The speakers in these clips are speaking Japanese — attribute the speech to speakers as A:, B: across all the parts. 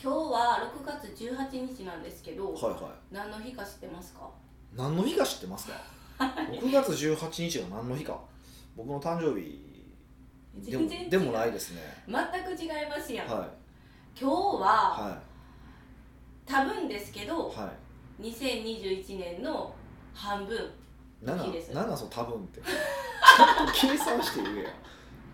A: 今日は6月18日なんですけど、
B: はいは
A: 何の日か知ってますか
B: い何の日か知ってますか6月18日が何の日か僕の誕生日で
A: 全
B: も
A: 然違う
B: でもないですね
A: 全く違いますやん、
B: は
A: 今日は、
B: いは
A: 多分ですけ
B: い
A: ど
B: は
A: 2021年の半分
B: い7
A: 日です
B: 7そう多分 ってちゃんと計算して言えや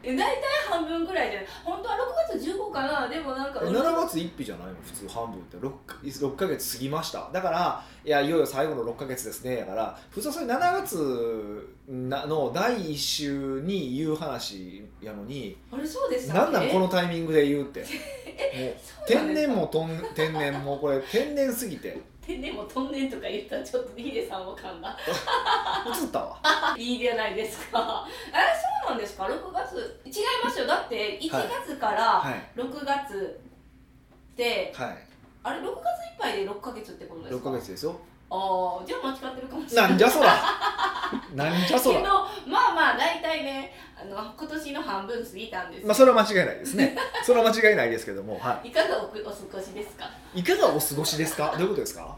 A: え大体半分ぐらいじゃない本当は6月15かなでもなんか
B: え7月1日じゃないの普通半分って 6, 6ヶ月過ぎましただからいやいよいよ最後の6ヶ月ですねだから普通はそれ7月なの第1週に言う話やのに
A: あれそうでした
B: なんなんこ
A: の
B: のタイミングで言うって もう天然もとん天然もこれ天然すぎて
A: 天然もとんねんとか言ったらちょっとヒデさんも噛んだ
B: 映ったわ
A: いいじゃないですかえそうなんですか6月違いますよだって1月から
B: はい
A: 6月って、
B: はい
A: あれ6月いっぱいで6ヶ月ってことです
B: 6
A: か
B: ヶ月ですよ
A: ああじゃあ間違ってるかもしれない
B: なんじゃそらなんじゃそ
A: けど
B: ら
A: まあまあ大体ねあの今年の半分過ぎたんです、
B: まあそれは間違いないですねそれは間違いないですけども、はい
A: かがおくお過ごしですか
B: い、いかがお過ごしですかどういうことですか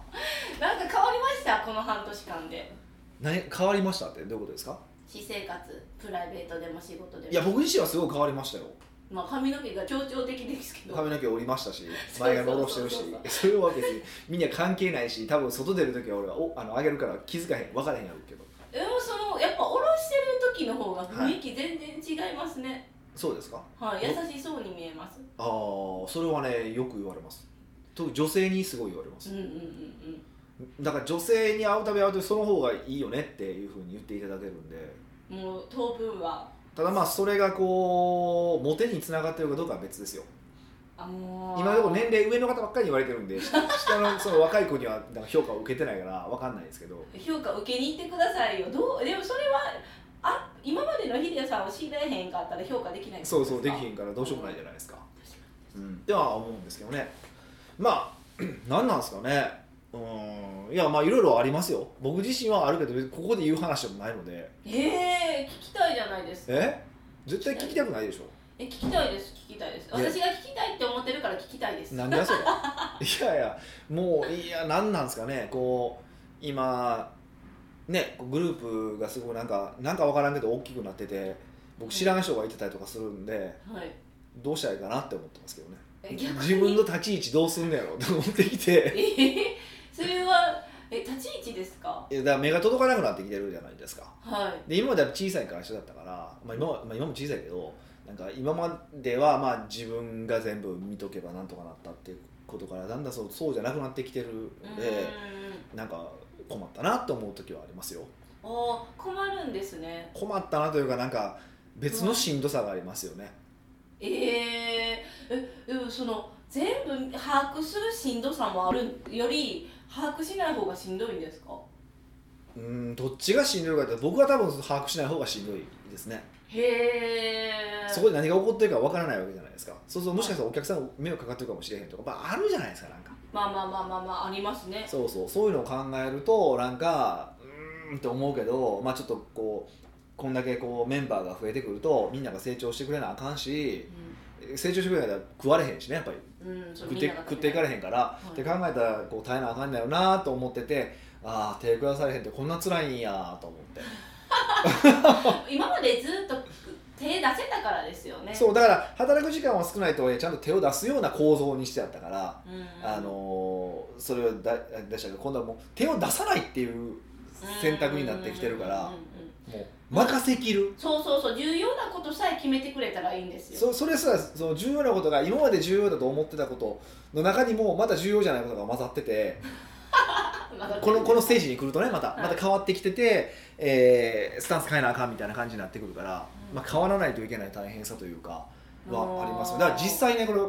A: なんか変わりましたこの半年間で
B: 何変わりましたってどういうことですか
A: 私生活プライベートでも仕事でも
B: いや僕自身はすごい変わりましたよ
A: まあ、髪の毛が象徴的ですけど
B: 髪の毛折りましたし
A: そう
B: 前髪下ろしてるし
A: そうそう
B: それは別にみんな関係ないし多分外出る時は俺はおあの上げるから気づかへん分からへんやろうけど
A: でもそのやっぱ下ろしてる時の方が雰囲気全然違いますね、
B: そうですか
A: はい
B: お
A: 優しそうに見えます
B: ああそれはねよく言われますと女性にすごい言われま
A: う
B: す
A: んうんうん
B: だから女性に会うたび会うたびその方がいいよねっていうふうに言っていただけるんで
A: うんもう当分は
B: ただまあそれがこうモテにつながってるかどうかは別ですよ
A: あのー、
B: 今のところ年齢上の方ばっかりに言われてるんで下下のその若い子にはなんか評価を受けてないから分かんないですけど
A: 評価受けに行ってくださいよどうでもそれはあ今までのヒデさんを知らへんかったら評価できないってこ
B: そ
A: と
B: うそうでき
A: す
B: ひ
A: か
B: んからどうしようもないじゃないですか、うん、っては思うんですけどねまあ 何なんですかねうーんいやまあいろいろありますよ僕自身はあるけど別にここで言う話でもないので
A: ええ聞きたいじゃないですか
B: え絶対聞きたくないでしょ
A: え聞きたいです聞きたいです
B: いや
A: 私が聞きたいって思ってるから聞きたいです
B: なんでやそれいやいやもういや何なんですかねこう今ねグループがすごいなんかなんか分からんけど大きくなってて僕知らん人がいてたりとかするんで
A: はい
B: どうしたらいいかなって思ってますけどね
A: え逆に
B: 自分の立ち位置どうすんのやろって思ってきて
A: え ーそれはえ立ち位置ですか
B: いやだから目が届かなくなってきてるじゃないですか
A: はい
B: で今までは小さい会社だったから、まあ、今はまあ今も小さいけどなんか今まではまあ自分が全部見とけばなんとかなったっていうことからだんだんそうそうじゃなくなってきてる
A: うー
B: の
A: ん、
B: でなんか困ったなと思う時はありますよ
A: おー困るんですね
B: 困ったなというかなんか別のしんどさがありますよね
A: えー、えでもその全部把握するしんどさもあるより把握しない方がしんどいんですか
B: うんどっちがしんどいかって僕は多分把握しない方がしんどいですね
A: へえ
B: そこで何が起こってるかわからないわけじゃないですかそうするともしかしたらお客さん迷惑かかってるかもしれへんとか、まあ、あるじゃないですかなんか
A: まあまあまあまあまあありますね
B: そうそうそういうのを考えるとなんかうーんって思うけどまあちょっとこうこんだけこうメンバーが増えてくるとみんなが成長してくれなあかんし成長してくれないと食われへんしねやっぱり
A: うん、うん、それ
B: 食っ
A: み
B: て
A: んなが
B: 食っていかれへんから、
A: い
B: って考えたらこう耐えなあかんだよなと思っててああ手下されへんってこんな辛いんやと思って、
A: 今までずっと手出せたからですよね
B: そうだから働く時間は少ないとはいえちゃんと手を出すような構造にしてあったから、
A: うんうん、
B: あのーそれを出出したけど今度はもう手を出さないっていう選択になってきてるから。
A: うんうんうんうん
B: もう任せきる、
A: そうそうそう重要なことさえ決めてくれたらいいんですよ
B: そそれすらその重要なことが今まで重要だと思ってたことの中にもまた重要じゃないことが混ざってて
A: まだ
B: このこのステージに来るとねまた
A: はい
B: また変わってきてて、えースタンス変えなあかんみたいな感じになってくるから、
A: うん
B: まあ、変わらないといけない大変さというか
A: うん
B: はありますよだから実際ねこれ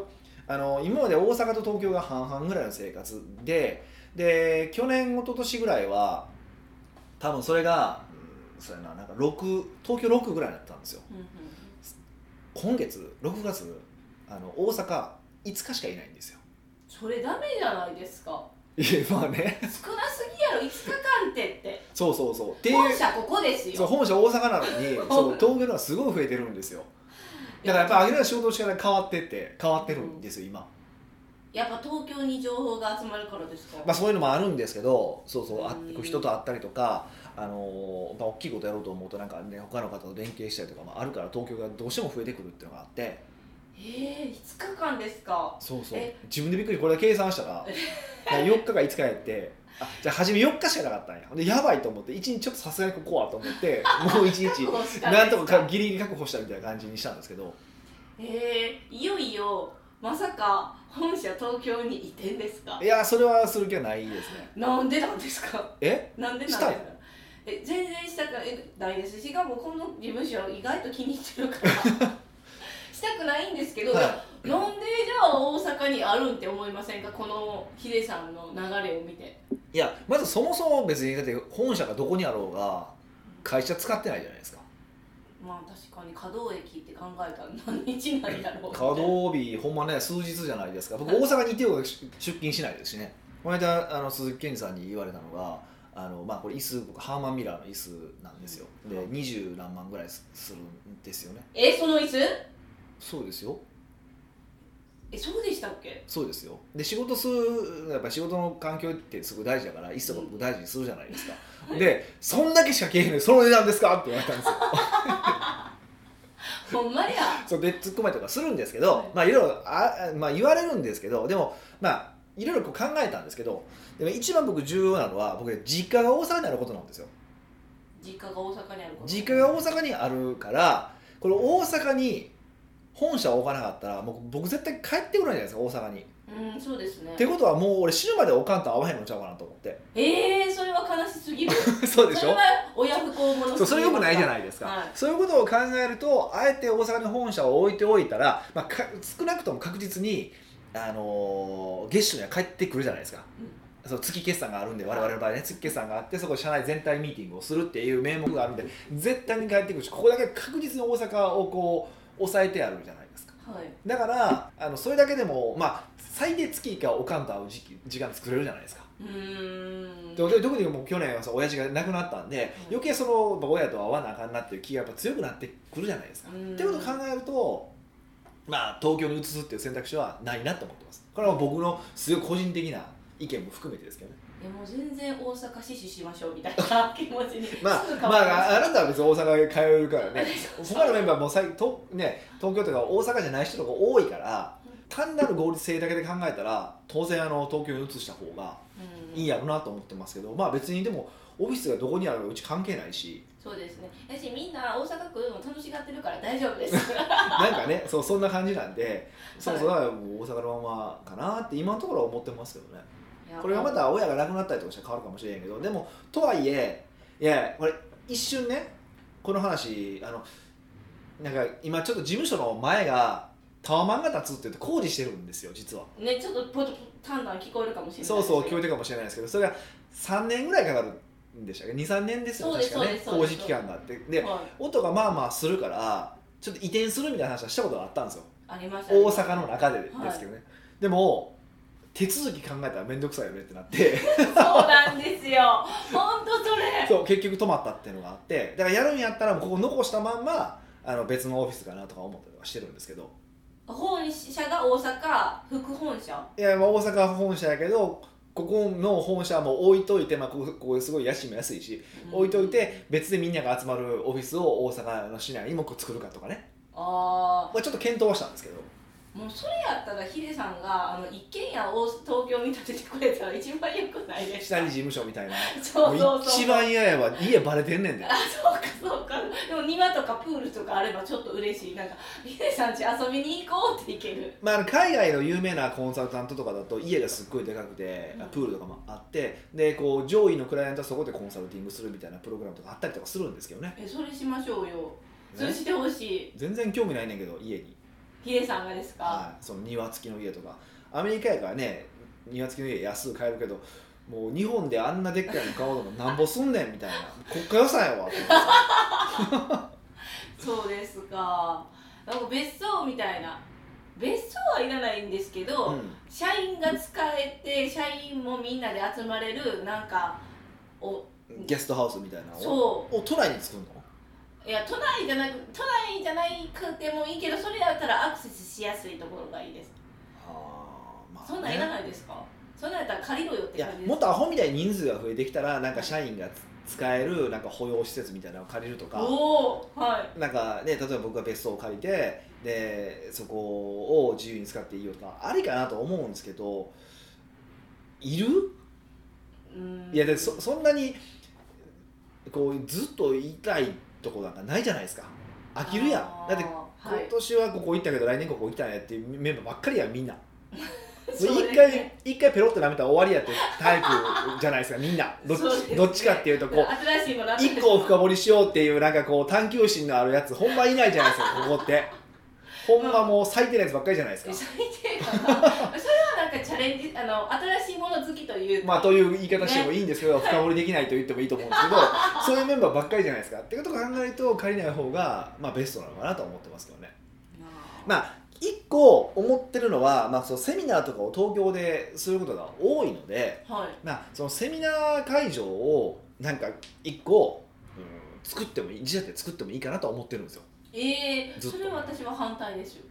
B: あの今まで大阪と東京が半々ぐらいの生活でで去年一昨年ぐらいは多分それが、うん、そうやななんか6東京6ぐらいだったんですよ。
A: うんうん
B: 今月6月あの大阪5日しかいないんですよ
A: それダメじゃないですか
B: いやまあね
A: 少なすぎやろ5日間ってって
B: そうそうそうって
A: 本
B: いう
A: 社ここです
B: そう
A: よ
B: 本社大阪なの にそう東京のはすごい増えてるんですよだからやっぱあげる仕事の仕方が変わってって変わってるんですよ今
A: やっぱ東京に情報が集まるからですか、
B: まあ、そういうのもあるんですけどそうそうあ
A: うん
B: こう人と会ったりとか、あのーまあ、大きいことやろうと思うとなんか、ね、他の方と連携したりとかもあるから東京がどうしても増えてくるっていうのがあって
A: ええ5日間ですか
B: そうそう
A: え
B: 自分でびっくりこれ計算した ら4日か5日やってあじゃあ初め4日しかなかったんやでやばいと思って1日ちょっとさすがにここはと思ってもう1 日
A: 確かですか
B: なんとかかギリギリ確保したみたいな感じにしたんですけど
A: ええいよいよまさか本社東京に移転ですか
B: いやそれはする気はないですね
A: なんでなんですか
B: え
A: なんでなんです
B: した
A: か
B: い
A: え全然したくえないですしかもこの事務所意外と気に入ってる からしたくないんですけど、
B: はい
A: なんでじゃあ大阪にあるんって思いませんかこのヒデさんの流れを見て
B: いやまずそもそも別にだって本社がどこにあろうが会社使ってないじゃないですか
A: まあ確かに可動域って考えたら何日なんだろう
B: 稼働日ほんまね数日じゃないですか僕
A: は
B: 大
A: い
B: 阪にいてようが出出勤しないですしねこの間あの鈴木健二さんに言われたのがあの、まあ、これ椅子僕ハーマンミラーの椅子なんですよで
A: うん
B: 二十何万ぐらいすするんですよね
A: えその椅子
B: そうですよ
A: えそうでしたっけ
B: そうですよで仕事するやっぱ仕事の環境ってすごい大事だから椅子とか僕大事にするじゃないですか、でそんだけしか経えないその値段ですかって言われたんですよ
A: ほんまや
B: そうで突っ込まれたりとかするんですけ
A: はい
B: ど、まあいろいろあ、まあ、言われるんですけどでもまあいろいろこう考えたんですけどでも一番僕重要なのは僕ね実家が大阪にあることなんですよ
A: 実家が大阪にあること
B: 実家が大阪にあるからこれ大阪に本社を置かなかったらもう僕絶対帰ってこないじゃないですか大阪に、
A: うんそうですね
B: ってことはもう俺死ぬまでおかんと会わへんのちゃうかなと思って
A: えー、それは悲しすぎる
B: そうでし
A: それ
B: ょ
A: は親不孝者
B: そうそれよくないじゃ
A: い
B: ないですか、
A: はい
B: そういうことを考えるとあえて大阪に本社を置いておいたら、まあ、か少なくとも確実に、あのー月初には帰ってくるじゃないですか、そう月決算があるんで我々の場合ね月決算があってそこで社内全体ミーティングをするっていう名目があるんで絶対に帰ってくるしここだけ確実に大阪をこう抑えてあるじゃないですか
A: はい
B: だからあのそれだけでも、まあ、最低月以下おかんと会う時期時間作れるじゃないですか
A: うーん
B: でで特にもう去年はさ親父が亡くなったんで、余計そのやっぱ親と会わなあかんなっていう気がやっぱ強くなってくるじゃないですか。
A: うん
B: ってことを考えると、まあ、東京に移すっていう選択肢はないなと思ってます。これは僕のすごい個人的な意見も含めてですけどね。
A: いやもう全然大阪死守しましょうみたいな気持ちに
B: まあ
A: すぐ、変
B: ま
A: わり
B: あ、あなたは別に大阪へ通えるからね
A: そうそう
B: 他のメンバーもさいと、ね、東京とか大阪じゃない人が多いから単なる合理性だけで考えたら当然あの東京に移した方が
A: うん
B: いいんやろうなと思ってますけど、まあ別にでもオフィスがどこにあるかうち関係ないし。
A: そうですねだしみんな大阪区も楽しがってるから大丈夫です
B: なんかね、そうそんな感じなんで、そうそうだからもう大阪のままかなって今のところは思ってますけどね。これがま
A: いや
B: た親が亡くなったりとかしたら変わるかもしれんけど、でもとはいえ、いやこれ一瞬ね、この話あのなんか今ちょっと事務所の前がタワマンが立つって言って工事してるんですよ実は。
A: ねちょっとポトポト単な聞こえるかもしれない
B: そうそう聞こえ
A: え
B: てるかもしれないですけど、それが3年ぐらいかかるんでしたっけ、23年ですよ
A: そう
B: ね
A: です
B: 確かね、
A: そう
B: 工
A: ですそうです
B: 事期間があってで、
A: はい、
B: 音がまあまあするから。ちょっと移転するみたいな話はしたことがあったんですよ
A: ありましたね
B: 大阪の中でですけどね、でも手続き考えたら面倒くさいよねってなっ て
A: そうなんですよ本当それ
B: そう結局止まったっていうのがあってだからやるんやったらもうここ残したまんまあの別のオフィスかなとか思ったりはしてるんですけど
A: 本社が大阪副本社
B: いやまあ大阪本社やけどここの本社はもう置いといて、まあ、ここここすごい家賃も安いし、置いといて別でみんなが集まるオフィスを大阪の市内にもこう作るかとかね、
A: あ
B: まあ、ちょっと検討はしたんですけど
A: あもうそれやったらヒデさんがあの一軒家を東京に建ててくれたら一番よくないです
B: 下
A: か
B: に事務所みたいな
A: そうそう
B: も
A: そう
B: 一番嫌やわ家バレてんねんで
A: あそうかそうかでも庭とかプールとかあればちょっと嬉しいなんかヒデさん家遊びに行こうって行ける
B: まああの、海外の有名なコンサルタントとかだと家がすっごいでかくて、
A: うん
B: プールとかもあってでこう上位のクライアントはそこでコンサルティングするみたいなプログラムとかあったりとかするんですけどね
A: えそれしましょうよ、そ
B: ね
A: れしてほしい
B: 全然興味ないねんけど家に、
A: ヒデさんがですか、
B: はい、その庭付きの家とかアメリカやからね庭付きの家安く買えるけどもう日本であんなでっかいの買おうとかなんぼすんねんみた いな国家予算やわと思って
A: そうですかなんか別荘みたいな別荘はいらないんですけど、
B: うん
A: 社員が使えて社員もみんなで集まれるなんかお
B: ゲストハウスみたいなのを
A: そ
B: お都内に作るの
A: ういや都内じゃなく都内じゃないくてもいいけどそれやったらアクセスしやすいところがいいです
B: あーまあ
A: そんなんいらないですかそんなんやったら借りろよっ
B: い
A: て
B: や
A: 感じです
B: もっとアホみたいに人数が増えてきたらなんか社員が使えるなんか保養施設みたいなのを借りるとか
A: おおはい
B: なんかね、例えば僕が別荘を借りてでそこを自由に使っていいよとかありかなと思うんですけどいる
A: うん
B: いやでそそんなにこうずっといたいとこなんかないじゃないですか飽きるやん
A: あー
B: だって
A: は
B: 今
A: い
B: 年はここ行ったけど来年ここ行きたいねっていうメンバーばっかりやんみんな一、
A: そうです
B: 回
A: ね
B: 一回ペロッと舐めたら終わりやってタイプじゃないですかみん などっち,、
A: そうですね
B: どっちかっていうとこう
A: 新しいのなって
B: 一個を深掘りしようっていうなんかこう探求心のあるやつほんまいないじゃないですかここってほんまもう最低なやつばっかりじゃないです
A: 最
B: か、
A: 低かなそれはなんかチャレンジあの新しいもの好きというか
B: まあという言い方してもいいんですけど、深掘りできないと言ってもいいと思うんです けどそういうメンバーばっかりじゃないですかってことを考えると借りない方がまあベストなのかなと思ってますけどねまあ一個思ってるのは、まあ、そのセミナーとかを東京ですることが多いので、
A: はい
B: まあ、そのセミナー会場をなんか一個、うん作ってもいい自社で作ってもいいかなとは思ってるんですよ
A: ええ
B: ずっと
A: それは私は反対ですよ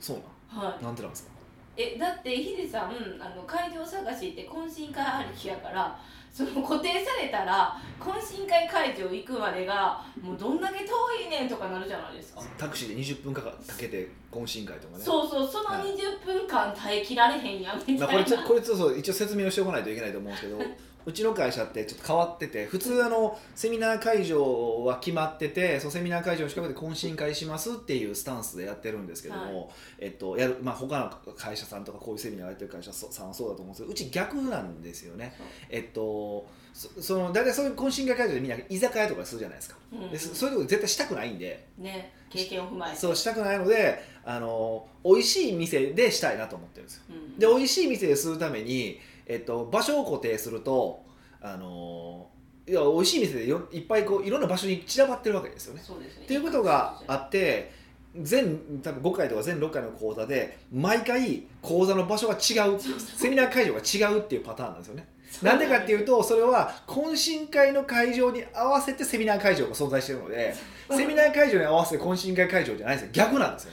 B: そうなん
A: は
B: なんでなんですか
A: いえだってヒデさんあの会場探しって懇親会ありきやからその固定されたら懇親会会場行くまでがもうどんだけ遠いねんとかなるじゃないですか
B: タクシーで20分かかかけて懇親会とかね
A: そうそうその
B: はい
A: 20分間耐えきられへんやんみ
B: まあ
A: た
B: これ
A: い
B: ちょ
A: な
B: これちょっと一応説明をしておかないといけないと思うんですけどうちの会社ってちょっと変わってて普通あのセミナー会場は決まっててそのセミナー会場を近くで懇親会しますっていうスタンスでやってるんですけども、えっとやるまあ、他の会社さんとかこういうセミナーをやってる会社さんはそうだと思うんですけどうち逆なんですよね
A: そう
B: えっとそその大体そういう懇親会会場でみんな居酒屋とかするじゃないですか
A: うん
B: でそそういうとこ絶対したくないんで
A: ね経験を踏まえて
B: そうしたくないのであの美味しい店でしたいなと思ってるんですよ
A: うん
B: で美味しい店でするために、えっと、場所を固定するとあのいや美味しい店でよいっぱいこういろんな場所に散らばってるわけですよね。
A: そうですね
B: っていうことがあって全多分5回とか全6回の講座で毎回講座の場所が違うセミナー会場が違うっていうパターンなんですよね。なんでかっていうとそれは懇親会の会場に合わせてセミナー会場が存在してるのでセミナー会場に合わせて懇親会会場じゃないんですよ逆なんですよ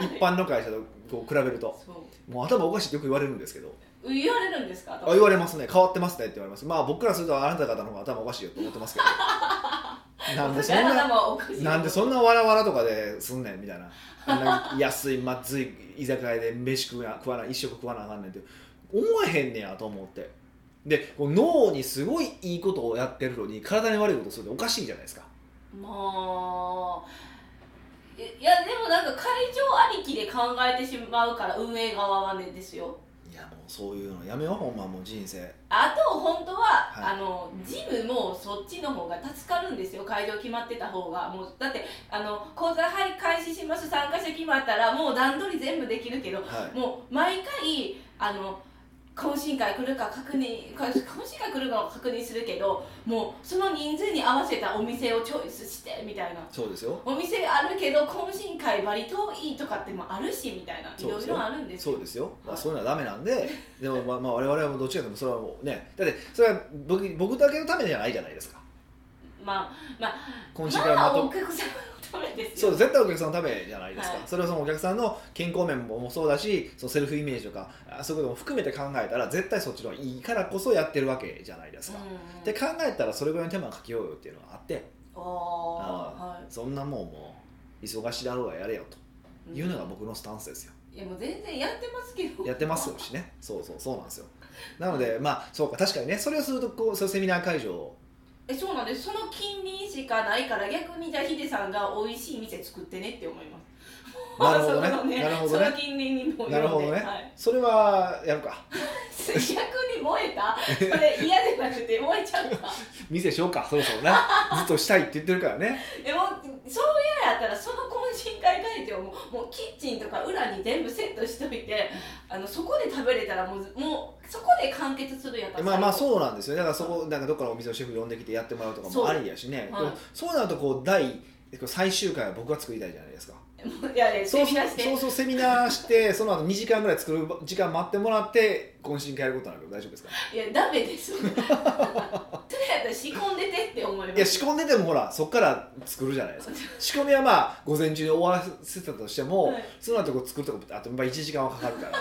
B: 一般の会社とこう比べると
A: そ
B: もう頭おかしいってよく言われるんですけど
A: う言われるんですか
B: あ 言われますね変わってますねって言われますまあ僕からするとあなた方の方が頭おかしいよと思ってますけ どなんでそん
A: お互い
B: な
A: 頭おかしい
B: なんでそんなわらわらとかですんねんみたいなあんな安いまずい居酒屋で飯食わな食わな一食食わなあかんねんって思えへんねやと思ってでこう脳にすごいいいことをやってるのに体に悪いことするっておかしいじゃないですか
A: まあいやでもなんか会場ありきで考えてしまうから運営側はねですよ
B: いやもうそういうのやめようほんまもう人生
A: あと本当は、
B: はい
A: あのジムもそっちの方が助かるんですよ会場決まってた方がもうだってあの講座はい開始します参加者決まったらもう段取り全部できるけど
B: はい
A: もう毎回あの懇親会来るか確認か懇親会来るかを確認するけどもうその人数に合わせたお店をチョイスしてみたいな
B: そうですよ
A: お店あるけど懇親会割といいとかってもあるしみたいないう
B: そで
A: ろ
B: す
A: い
B: よ
A: ろあるんですよ
B: そうですよ、まあ、
A: はい
B: そういうのはダメなんででもまあまあ我々はもうどっちかというとそれはもうねだってそれは僕僕だけのためじゃないじゃないですか
A: まあまあ
B: 懇親会はま
A: まあ
B: と
A: お客様のためです
B: そ
A: よ
B: う絶対お客さんのためじゃないですか、
A: はい
B: それはそのお客さんの健康面もそうだしそのセルフイメージとかあそういうことも含めて考えたら絶対そっちの方がいいからこそやってるわけじゃないですか、
A: うん
B: で考えたらそれぐらいの手間かけようよっていうのがあって
A: あーは
B: そんなもんもう忙しいだろうがやれよと
A: い
B: いうのが僕のスタンスですよ
A: いやもう全然やってますけど
B: やってますしねそうそうそうなんですよなのでまあそうか確かにねそれをするとこうそのセミナー会場を
A: えそうなんですその近隣しかないから逆にじゃあヒデさんが美味しい店作ってねって思います
B: なるほどね
A: その
B: なるほどね
A: その近隣にも
B: なるほどね
A: はい、
B: それはやるか
A: 逆に燃えたそれ嫌じゃなくて燃えちゃった
B: 店しようかそろそろねずっとしたいって言ってるからね
A: でもそういうのやったらその懇親会会場ももうキッチンとか裏に全部セットしといてあのそこで食べれたらもうもうそこで完結するやったら
B: まあまあ
A: う
B: そうなんですよねだからそこなんかどっかのお店のシェフ呼んできてやってもらうとか
A: そ
B: も
A: う
B: ありやしね
A: はい
B: でもそうなるとこう第こう最終回は僕が作りたいじゃないですか
A: いやいや
B: そう
A: セミ
B: そ
A: ナ
B: う
A: ーして
B: そうそうセミナーしてその後2時間ぐらい作る時間待ってもらって懇親会やることになるけど大丈夫ですか
A: いやダメですそれやったら仕込んでてって思います
B: いや仕込んでてもほらそっから作るじゃないですか仕込みはまあ午前中に終わらせたとしても、
A: はい
B: その後こう作るとこあとまあ1時間はかかるから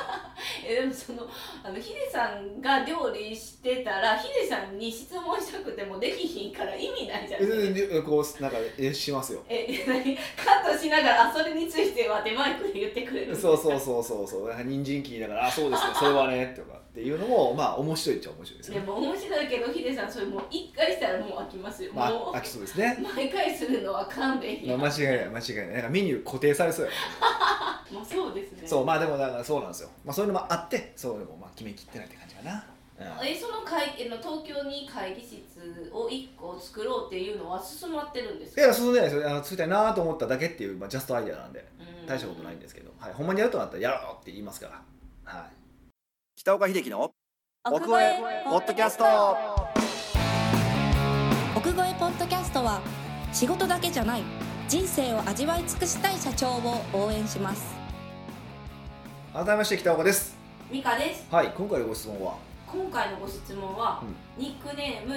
A: えでもそのあのヒデさんが料理してたらヒデさんに質問したくてもできひんから意味ないじゃない
B: 全
A: ですか
B: 然でこうなんかえしますよ
A: ええ何カットしながらあそれについては手マイクで言ってくれる
B: そうそうそうそうそうなんか人参切りながら「あそうですねそれはね」とかっていうのもまあ面白いっちゃ面白いです
A: で
B: ね、
A: も面白いけどヒデさんそれもう一回したらもう飽きますよ、
B: ま
A: も
B: あ
A: う
B: 飽きそうですね、
A: 毎回するのは勘弁
B: ま
A: や、
B: あ、間違いない間違いないなんかメニュー固定されそうよ
A: まあそうですね
B: そうまあでもだからそうなんですよまあそういうのもあってそうでもまあ決めきってないって感じかな、うん
A: えその会えの東京に会議室を1個作ろうっていうのは進まってるんです
B: い
A: か
B: や進んでないですよあの作りたいなと思っただけっていう、まあ、ジャストアイデアなんで
A: うん
B: 大したことないんですけど、はい、ほんまにやるとなったらやろうって言いますから、はい、北岡秀樹の奥越えポッドキャスト
C: 奥越えポッドキャストは仕事だけじゃない人生を味わい尽くしたい社長を応援します
B: 改めまして北岡です
A: ミカです
B: はい今回のご質問は
A: 今回のご質問は、ニックネーム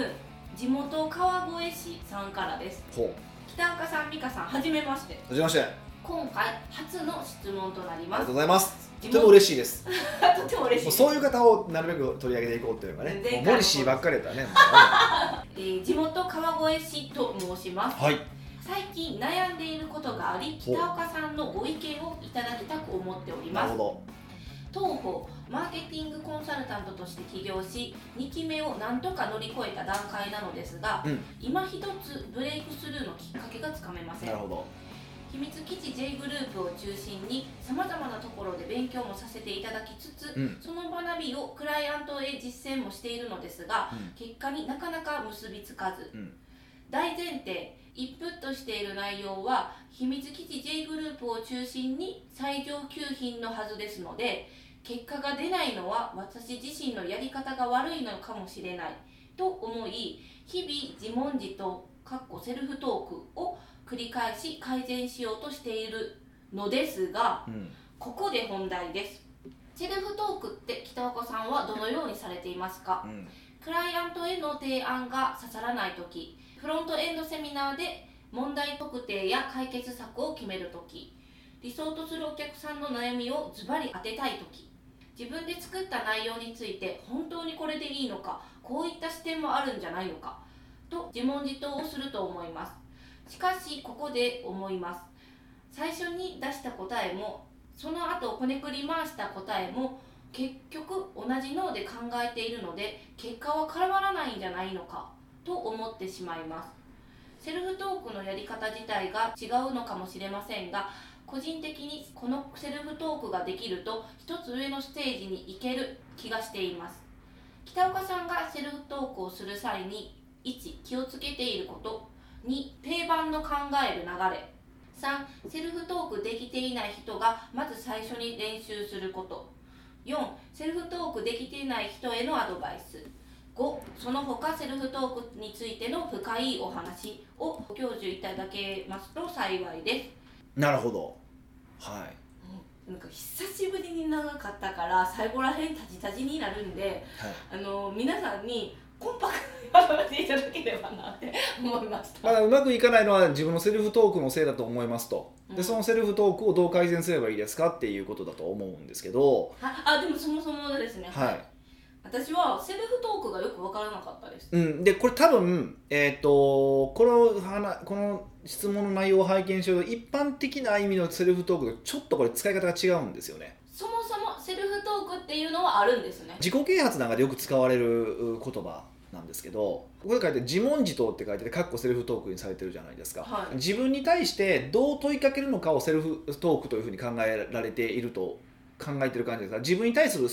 A: 地元川越市さんからです
B: ほ
A: 北岡さん美香さんはじめまして
B: うはじめましてあ
A: 今回初の質問となり
B: り
A: ま
B: が
A: す
B: とうございます
A: 地
B: と
A: 元
B: ても嬉しいです
A: とても嬉しい
B: も
A: で
B: う
A: す
B: そういう方をなるべく取り上げていこうっていうのがね
A: 前回
B: も
A: も
B: うモリシーばっかりやったらねもうね
A: えー地元川越市と申します
B: はい
A: 最近悩んでいることがあり
B: ほう
A: 北岡さんのご意見をいただきたく思っており
B: な
A: ます
B: るほど
A: 当方マーケティングコンサルタントとして起業し2期目をなんとか乗り越えた段階なのですが、
B: うん
A: 今一つブレイクスルーのきっかけがつかめません
B: なるほど
A: 秘密基地 J グループを中心にさまざまなところで勉強もさせていただきつつ、
B: うん
A: その学びをクライアントへ実践もしているのですが
B: うん
A: 結果になかなか結びつかず、
B: うん
A: 大前提インプットしている内容は秘密基地 J グループを中心に最上級品のはずですので結果が出ないのは私自身のやり方が悪いのかもしれないと思い日々自問自答かっこセルフトークを繰り返し改善しようとしているのですが
B: うん
A: ここで本題ですセルフトークって北岡さんはどのようにされていますか
B: うん
A: クライアントへの提案が刺さらない時フロントエンドセミナーで問題特定や解決策を決める時理想とするお客さんの悩みをズバリ当てたい時自分で作った内容について本当にこれでいいのかこういった視点もあるんじゃないのかと自問自答をすると思いますしかしここで思います最初に出した答えもその後こねくり回した答えも結局同じ脳で考えているので結果は絡まらないんじゃないのかと思ってしまいますセルフトークのやり方自体が違うのかもしれませんが個人的にこのセルフトークができると一つ上のステージに行ける気がしています北岡さんがセルフトークをする際に1気をつけていること2定番の考える流れ3セルフトークできていない人がまず最初に練習すること4セルフトークできていない人へのアドバイス5その他セルフトークについての深いお話をご教授いただけますと幸いです
B: なるほどはい
A: なんか久しぶりに長かったから最後らへんタジタジになるんで
B: はい
A: あの皆さんにコンパクトにまとめていただければなって思いまし
B: ま
A: た
B: だうまくいかないのは自分のセルフトークのせいだと思いますと、
A: う
B: で
A: ん
B: そのセルフトークをどう改善すればいいですかっていうことだと思うんですけど、
A: ああでもそもそもですね、
B: はい
A: 私はセルフトークがよくわからなかったです
B: うん、でこれ多分、えー、とこの話この質問の内容を拝見してると一般的な意味のセルフトークとちょっとこれ使い方が違うんですよね
A: そもそもセルフトークっていうのはあるんですね
B: 自己啓発なんかでよく使われる言葉なんですけどここで書いて「自問自答」って書いててかっこセルフトークにされてるじゃないですか、
A: はい
B: 自分に対してどう問いかけるのかをセルフトークというふうに考えられていると考えてる感じですが自分に対する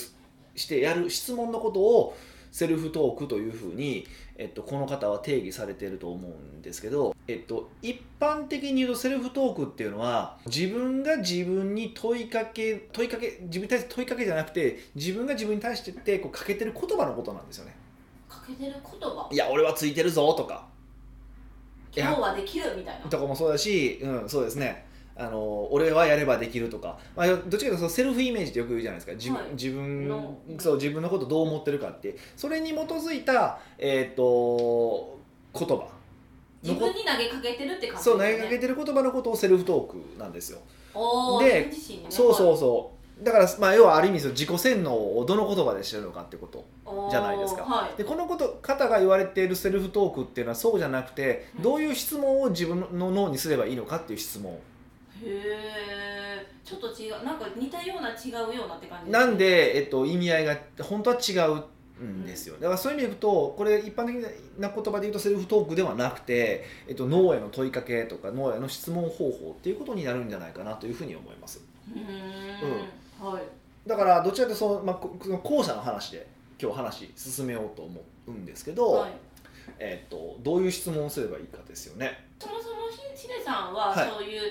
B: してやる質問のことをセルフトークというふうに、えっと、この方は定義されていると思うんですけど、えっと、一般的に言うとセルフトークっていうのは自分が自分に問いかけ問いかけ自分に対して問いかけじゃなくて自分が自分に対してってこうかけてる言葉のことなんですよね。
A: かけてる言葉
B: いや俺はついてるぞとか
A: 今日はできるみたいな
B: とかもそうだし、うん、そうですねあの俺はやればできるとか、まあ、どっちかというとそのセルフイメージってよく言うじゃないですか自分,、
A: はい
B: 自分
A: の
B: そう自分のことどう思ってるかってそれに基づいた、えー、と言葉
A: 自分に投げかけてるって感じ
B: そう投げかけてる言葉のことをセルフトークなんですよ
A: おー
B: で
A: 自分自身にね
B: そうそうそうだから、まあ、要はある意味その自己洗脳をどの言葉でしてるのかってこと
A: おー
B: じゃないですか
A: はい
B: でこのこと方が言われているセルフトークっていうのはそうじゃなくてどういう質問を自分の脳にすればいいのかっていう質問
A: へえちょっと違うなんか似たような違うようなって感じ
B: なんで、えっと、意味合いが本当は違うんですよだからそういう意味でいくとこれ一般的な言葉で言うとセルフトークではなくて、えっと、脳への問いかけとか脳への質問方法っていうことになるんじゃないかなというふうに思います
A: うーんはい
B: だからどちらかというとその、まあ、こその後者の話で今日話進めようと思うんですけど、
A: はい
B: えっと、どういう質問をすればいいかですよね
A: そもそもししでさんは、
B: はい
A: そういう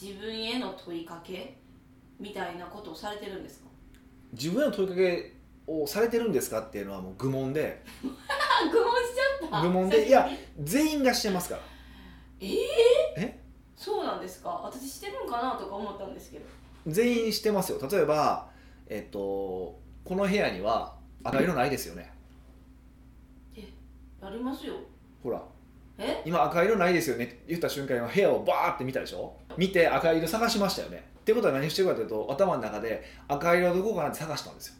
A: 自分への問いかけみたいなことをされてるんですか
B: 自分への問いかけをされてるんですかっていうのはもう愚問で
A: あ愚問しちゃった
B: 愚問でいや全員がしてますから
A: えー、
B: え
A: そうなんですか私してるんかなとか思ったんですけど
B: 全員してますよ例えば、えっと、この部屋には赤色ないですよね
A: やりますよ
B: ほら
A: え
B: 今赤色ないですよねって言った瞬間今部屋をバーって見たでしょ見て赤色探しましたよねってことは何してるかというと頭の中で赤色はどこかなって探したんですよ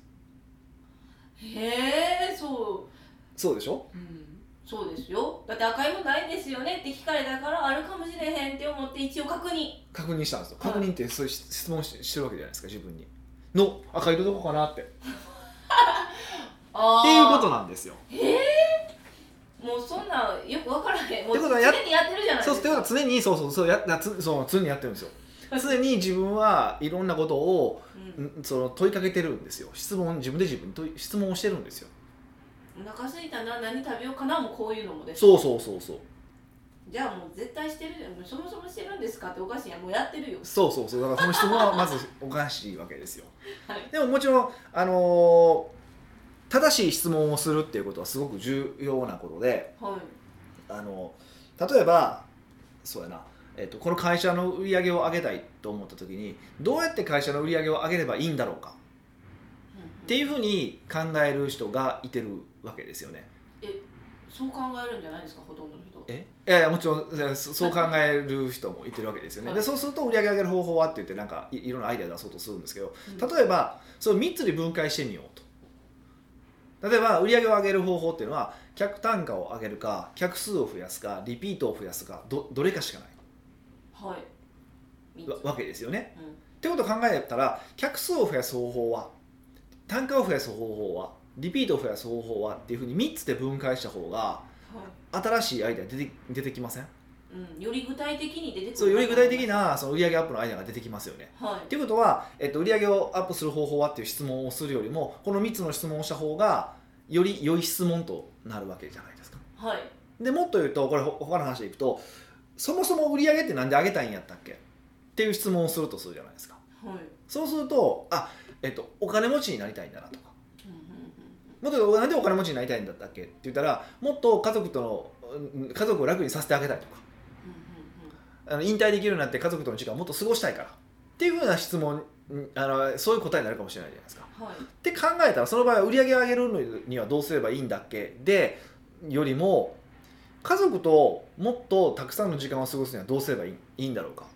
A: へえそう
B: そうでしょ
A: うんそうですよだって赤いもないですよねって聞かれたからあるかもしれへんって思って一応確認
B: 確認したんですよ
A: はい
B: 確認ってそういう質質問ししてるわけじゃないですか自分にの赤色どこかなってって
A: あー
B: いうことなんですよ
A: もうそんなんよく分からへんもう
B: っ
A: 常
B: てことはやっ
A: にやってるじゃないです
B: そ
A: か
B: うってことは常にそうそうそうやなつそう常にやってるんですよ常に自分はいろんなことを
A: うん
B: んその問いかけてるんですよ質問自分で自分に問い質問をしてるんですよ
A: お腹すいたな何食べようかなもうこういうのもです
B: そうそうそうそう
A: じゃあもう絶対してるじゃんもうそもそもしてるんですかっておかしいやんもうやってるよ
B: そうそうそうだからその質問はまずおかしいわけですよ、
A: はい
B: でももちろんあのー正しい質問をするっていうことはすごく重要なことで
A: はい
B: あの例えばそうやな、えっとこの会社の売り上げを上げたいと思った時にどうやって会社の売り上げを上げればいいんだろうかっていうふうに考える人がいてるわけですよね
A: そう考えるんじゃないですかほとんどの人
B: えいやいやもちろんえそそう考える人もいてるわけですよね、でそうすると売り上げ上げる方法はって言ってなんかいいろんなアイデア出そうとするんですけど
A: うん
B: 例えばそれを3つに分解してみようと例えば売り上げを上げる方法っていうのは客単価を上げるか客数を増やすかリピートを増やすかどどれかしかない
A: はい三つ
B: わわけですよね。
A: うん
B: ってことを考えたら客数を増やす方法は単価を増やす方法はリピートを増やす方法はっていうふうに3つで分解した方が
A: はい
B: 新しいアイデア出て出てきません
A: うん、より具体的に出てくる
B: そうより具体的なその売上アップのアイデアが出てきますよね。
A: は
B: っていうことは、えっと、売上をアップする方法はっていう質問をするよりもこの3つの質問をした方がより良い質問となるわけじゃないですか。
A: いはい
B: でもっと言うとこれほ他の話でいくとそもそも売上ってなんで上げたいんやったっけっていう質問をするとするじゃないですか。
A: はい
B: そうするとあ、えっと、お金持ちになりたいんだなとか
A: うんうん
B: もっと言うとなんでお金持ちになりたいんだったっけって言ったらもっと家族とのうん家族を楽にさせてあげたいとか
A: うんうん
B: あの引退できるようになって家族との時間をもっと過ごしたいからっていうふうな質問うんあのそういう答えになるかもしれないじゃないですか。
A: うんうんはい
B: って考えたらその場合は売り上げ上げるのにはどうすればいいんだっけでよりも家族ともっとたくさんの時間を過ごすにはどうすればいいいいんだろうか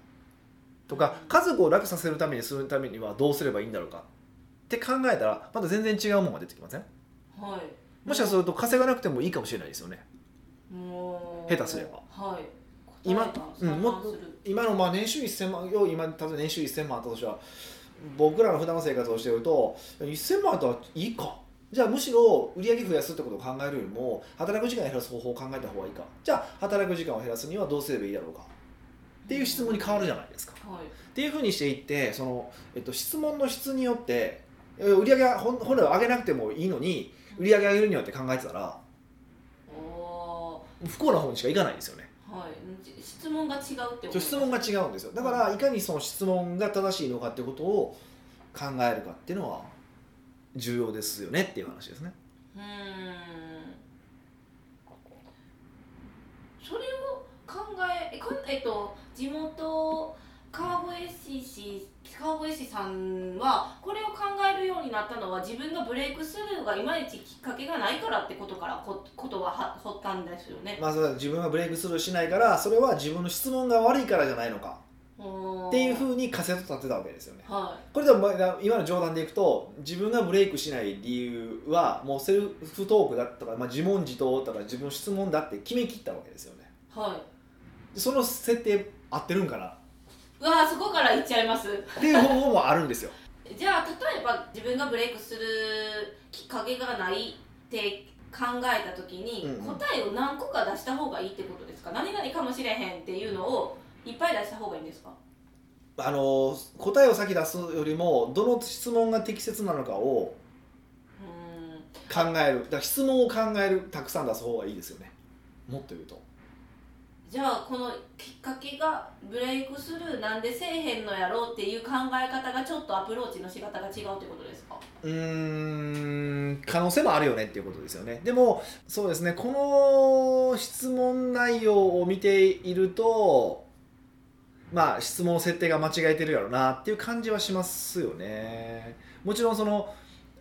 B: とか家族を楽させるためにするためにはどうすればいいんだろうかって考えたらまた全然違うものが出てきません
A: はい
B: もしかすると稼がなくてもいいかもしれないですよね
A: もう
B: 下手すれば
A: はい
B: 今
A: う
B: うん
A: ん
B: も
A: も
B: っと
A: する
B: 今のまあ年収1000万要は今例えば年収1000万あったとしたら僕らの普段の生活をしてると1000万あったらいいかじゃあむしろ売り上げ増やすってことを考えるよりも働く時間を減らす方法を考えた方がいいかじゃあ働く時間を減らすにはどうすればいいだろうかっていう質問に変わるじゃないですか
A: はい
B: っていうふうにしていってその、えっと、質問の質によってえ売り上げは本本来は上げなくてもいいのに売り上げ上げるによって考えてたら
A: おー
B: 不幸な方にしかいかないですよね
A: はいじ質問が違うってことです
B: 質問が違うんですよだからいかにその質問が正しいのかってことを考えるかっていうのは重要ですよねっていう話ですね
A: うーんそれを考ええこんえっと地元川越市市川越市さんはこれを考えるようになったのは自分がブレイクスルーがいまいちきっかけがないからってことからこことはは掘ったんですよね。
B: まあ、それは自分がブレイクスルーしないからそれは自分の質問が悪いからじゃないのか
A: っ
B: っていうふうに仮説を立てたわけですよね
A: は
B: これでもまあ今の冗談でいくと自分がブレイクしない理由はもうセルフトークだとか、まあ、自問自答とか自分の質問だって決めきったわけですよね
A: いは。
B: でその設定合ってるんかない
A: うわーそこからいっちゃいます。
B: っていう方法もあるんですよ
A: じゃあ例えば自分がブレイクするきっかけがないって考えた時に、
B: うんうん
A: 答えを何個か出した方がいいってことですか何々かもしれへんっていうのをいっぱい出した方がいいんですか
B: あの答えを先出すよりもどの質問が適切なのかを
A: うーん
B: 考えるだから質問を考えるたくさん出す方がいいですよねもっと言うと
A: じゃあこのきっかけがブレイクスルーなんでせえへんのやろうっていう考え方がちょっとアプローチの仕方が違うってことですか
B: うーん可能性もあるよねっていうことですよねでもそうですねこの質問内容を見ているとまあ質問の設定が間違えてるやろなっていう感じはしますよねもちろんその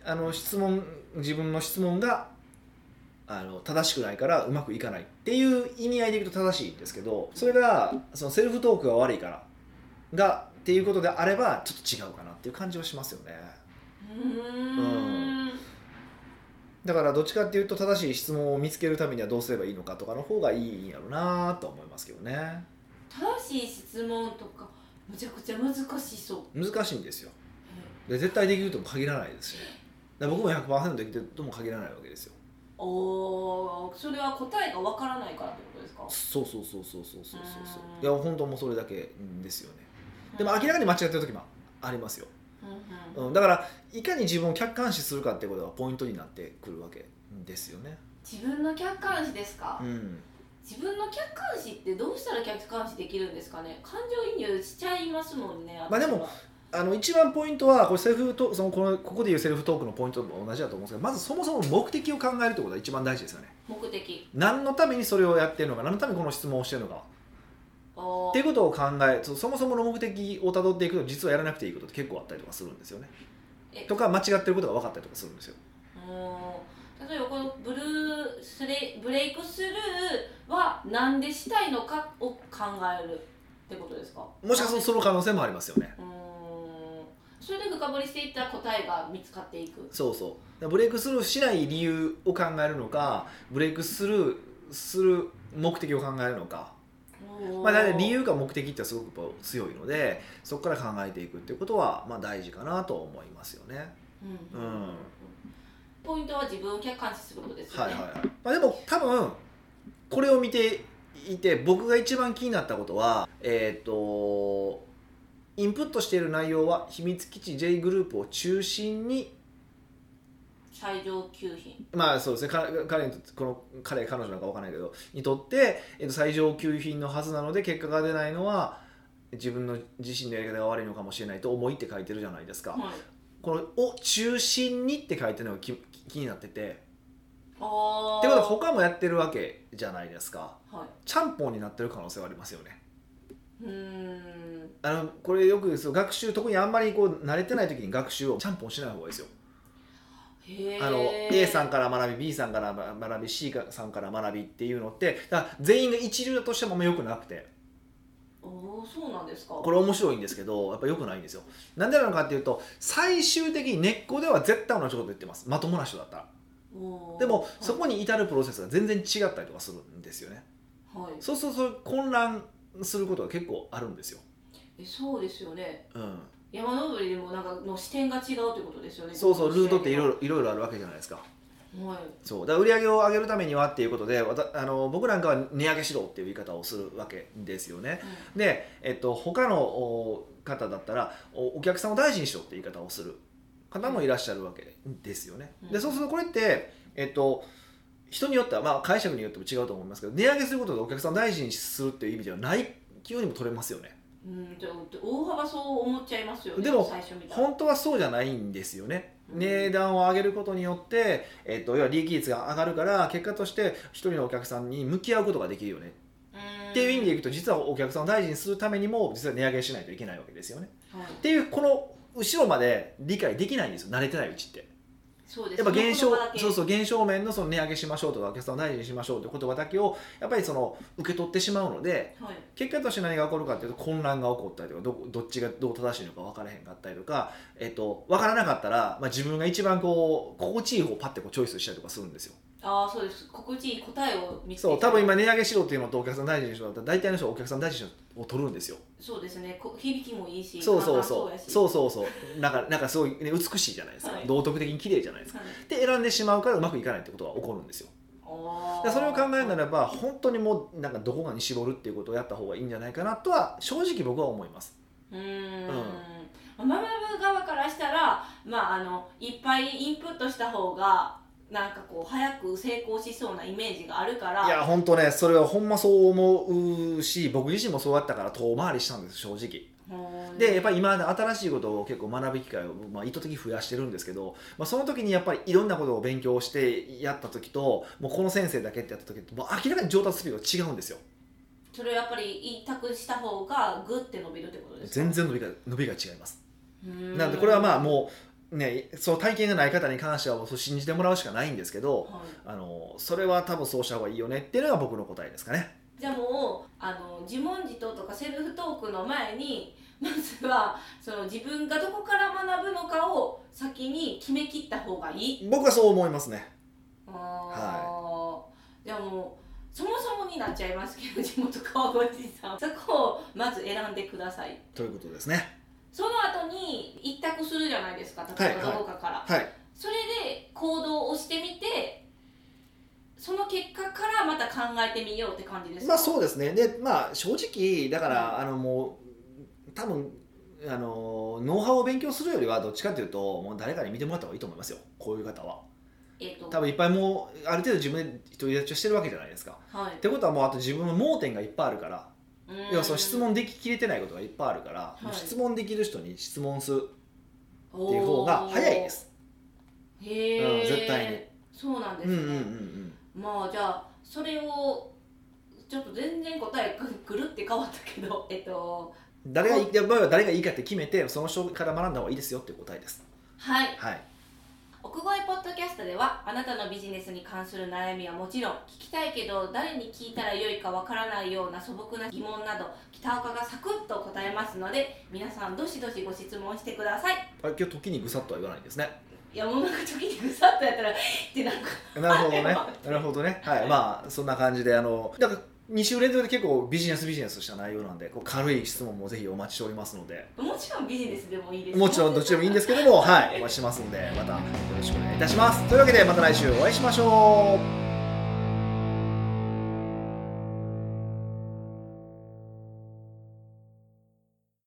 B: あの質問自分の質問があの正しくないからうまくいかないっていう意味合いでいくと正しいんですけどそれがそのセルフトークが悪いからがっていうことであればちょっと違うかなっていう感じはしますよね。
A: うーん
B: だからどっちかっていうと正しい質問を見つけるためにはどうすればいいのかとかの方がいいんやろうなとは思いますけどね
A: 正しい質問とかむちゃくちゃ難しそう
B: 難しいんですよで絶対できるとも限らないですしねだから僕も100%できてるとも限らないわけですよ
A: おーそれは答えがわからないからってことですか
B: そうそうそうそうそうそうそう
A: う
B: そ
A: ん
B: ういや本当もうそれだけですよねでも明らかに間違ってる時もありますよ、
A: うんうん
B: うん、だからいかに自分を客観視するかってことがポイントになってくるわけですよね
A: 自分の客観視ですか、
B: うん
A: 自分の客観視ってどうしたら客観視できるんですかね感情移入しちゃいますもんね
B: まあでもあの一番ポイントはこれセルフトそのこのここでいうセルフトークのポイントと同じだと思うんですけどまずそもそも目的を考えるってことが一番大事ですよね
A: 私は目的
B: 何のためにそれをやってるのか何のためにこの質問をしてるのか
A: お
B: っていうことを考えそそもそもの目的をたどっていくと実はやらなくていいことって結構あったりとかするんですよね
A: え
B: とか間違ってることが分かったりとかするんですよ
A: もう例えばこのブルースレブレイクスルーはなんでしたいのかを考えるってことですか
B: もしかするとその可能性もありますよね
A: うーんそれで深掘りしていったら答えが見つかっていく
B: そうそうだからブレイクスルーしない理由を考えるのかブレイクスルーする目的を考えるのかまあ、だから理由か目的ってすごくやっぱ強いのでそこから考えていくっていうことはまあ大事かなと思いますよね。
A: うん
B: うん
A: ポイントは自分を客観視することですよ
B: はい
A: ね、
B: はいはいまあ、でも多分これを見ていて僕が一番気になったことはえっ、とインプットしている内容は秘密基地 J グループを中心に
A: 最上級品
B: まあそうですねか彼にとってこの彼彼女なんかわかんないけどにとって、えっと最上級品のはずなので結果が出ないのは自分の自身のやり方が悪いのかもしれないと思いって書いてるじゃないですか。
A: はい
B: この「を中心に」って書いてるのがきき気になっててって
A: あ
B: ことは他もやってるわけじゃないですか
A: はは
B: ちゃんぽんになってる可能性はありますよね
A: いうーん
B: あのこれよくそう学習特にあんまりこう慣れてない時に学習をちゃんぽんしない方がいいですよ
A: へー
B: あの A さんから学び B さんから学び C さんから学びっていうのってだから全員が一流だとしてもあんま良くなくて
A: おーそうなんですか
B: これ面白いんですけどやっぱ良くないんですよなんでなのかっていうと最終的に根っこでは絶対同じこと言ってますまともな人だったら
A: おー
B: でもそこに至るプロセスが全然違ったりとかするんですよね
A: はい、はい
B: そうそうそう混乱することが結構あるんですよ。
A: えそうですよね
B: うん、
A: 山登りでもなんかの視点が違うってことですよね
B: そうそうルートっていろい
A: い
B: ろいろいろあるわけじゃないですか。
A: ろはい
B: そうだから売り上げを上げるためにはっていうことでわたあの僕なんかは値上げしろっていう言い方をするわけですよね。で、えっと、他のお方だったらおお客さんを大事にしろって言い方をする方もいらっしゃるわけですよね。
A: う
B: で
A: ん
B: そうするとこれって、えっと、人によっては、まあ、解釈によっても違うと思いますけど値上げすることでお客さんを大事にするっていう意味ではないようにも取れますよね。
A: うん、うん、ちょっと大幅そう思っちゃいますよね
B: でも
A: 最初見たら
B: 本当はそうじゃないんですよね
A: うん
B: 値段を上げることによって、えっと要は利益率が上がるから結果として一人のお客さんに向き合うことができるよね
A: うー
B: っていう意味でいくと実はお客さんを大事にするためにも実は値上げしないといけないわけですよね
A: はい
B: っていうこの後ろまで理解できないんですよ慣れてないうちって
A: そうです
B: やっぱ減
A: そ
B: 少
A: の言葉だけ
B: そうそう減少面のその値上げしましょうとかお客さんを大事にしましょうって言葉だけをやっぱりその受け取ってしまうので
A: はい
B: 結果として何が起こるかっていうと混乱が起こったりとかどどっちがどう正しいのか分からへんかったりとか、えっと、分からなかったら、まあ、自分が一番こう心地いい方をパッてこうチョイスしたりとかするんですよ
A: ああそうです心地いい答えを見つけ
B: そう
A: て
B: 多分今値上げしろっていうのとお客さん大事にしろだったら大体の人はお客さん大事にしろを取るんですよ
A: そうですねこ響きもいいし
B: そうそう
A: 感
B: そ
A: 感
B: う
A: そう
B: そうそうそうなんかなんかすごい、ね、美しいじゃないですか、
A: はい
B: 道徳的に綺麗じゃないですか
A: やし
B: で選んでしまうからうまくいかないってことが起こるんですよ
A: はい
B: でそれを考える
A: ら
B: ならば本当にもうなんかどこかに絞るっていうことをやった方がいいんじゃないかなとは正直僕は思います
A: うーんまあ学ぶ側からしたらまああのいっぱいインプットした方がなんかこう早く成功しそうなイメージがあるから
B: いや本当ねそれはほんまそう思うし僕自身もそうだったから遠回りしたんです正直でやっぱり今まで新しいことを結構学ぶ機会を、まあ、意図的に増やしてるんですけど、まあ、その時にやっぱりいろんなことを勉強してやった時ともうこの先生だけってやった時ともう明らかに上達スピードが違うんですよ
A: それをやっぱり一択した方がグッて伸びるってことですか
B: 全然伸びが伸びが違います
A: 然
B: なんでこれはまあもうねその体験がない方に関してはもうそう信じてもらうしかないんですけど
A: はい
B: あのそれは多分そうした方がいいよねっていうのが僕の答えですかね
A: じゃあもうあの自問自答とかセルフトークの前にまずはその自分がどこから学ぶのかを先に決めきった方がいい。
B: 僕はそう思いますね
A: あーじゃあもうそもそもになっちゃいますけど地元川越さんそこをまず選んでください
B: ということですね
A: その後に一択するじゃないですか例えば
B: はいはい
A: どこかから、
B: はい
A: それで行動をしてみてその結果からまた考えてみようって感じですか、
B: まあそうですねでまあ正直だからあのもう多分あのノウハウを勉強するよりはどっちかというともう誰かに見てもらった方がいいと思いますよこういう方は
A: えっ、と
B: 多分いっぱいもうある程度自分で独り立ちをしてるわけじゃないですか
A: はい
B: ってことはもうあと自分の盲点がいっぱいあるから
A: うーん
B: 要はその質問でききれてないことがいっぱいあるから、
A: い
B: もう質問できる人に質問するっていう方が早いです、
A: おーへえ、
B: うん絶対に
A: そうなんで
B: う
A: す
B: ん
A: ね、
B: うんうんうん、
A: まあじゃあそれをちょっと全然答えぐるって変わったけど えっと
B: 誰がいいや場合は誰がいいかって決めてその人から学んだ方がいいですよっていう答えです
A: はい
B: はい
A: 奥越ポッドキャストではあなたのビジネスに関する悩みはもちろん聞きたいけど誰に聞いたらよいかわからないような素朴な疑問など北岡がサクッと答えますので皆さんどしどしご質問してください
B: あれ今日時にぐさっとは言わないんですね
A: い やもうなんか時にぐさっとやったらってなんか
B: なるほどね
A: は
B: なるほどねはいまあそんな感じであのだから2週連続で結構ビジネスビジネスした内容なんでこう軽い質問もぜひお待ちしておりますので
A: もちろんビジネスでもいいです
B: もちろんどっちでもいいんですけどもはいお待ちしてますのでまたよろしくお願いいたしますというわけでまた来週お会いしましょう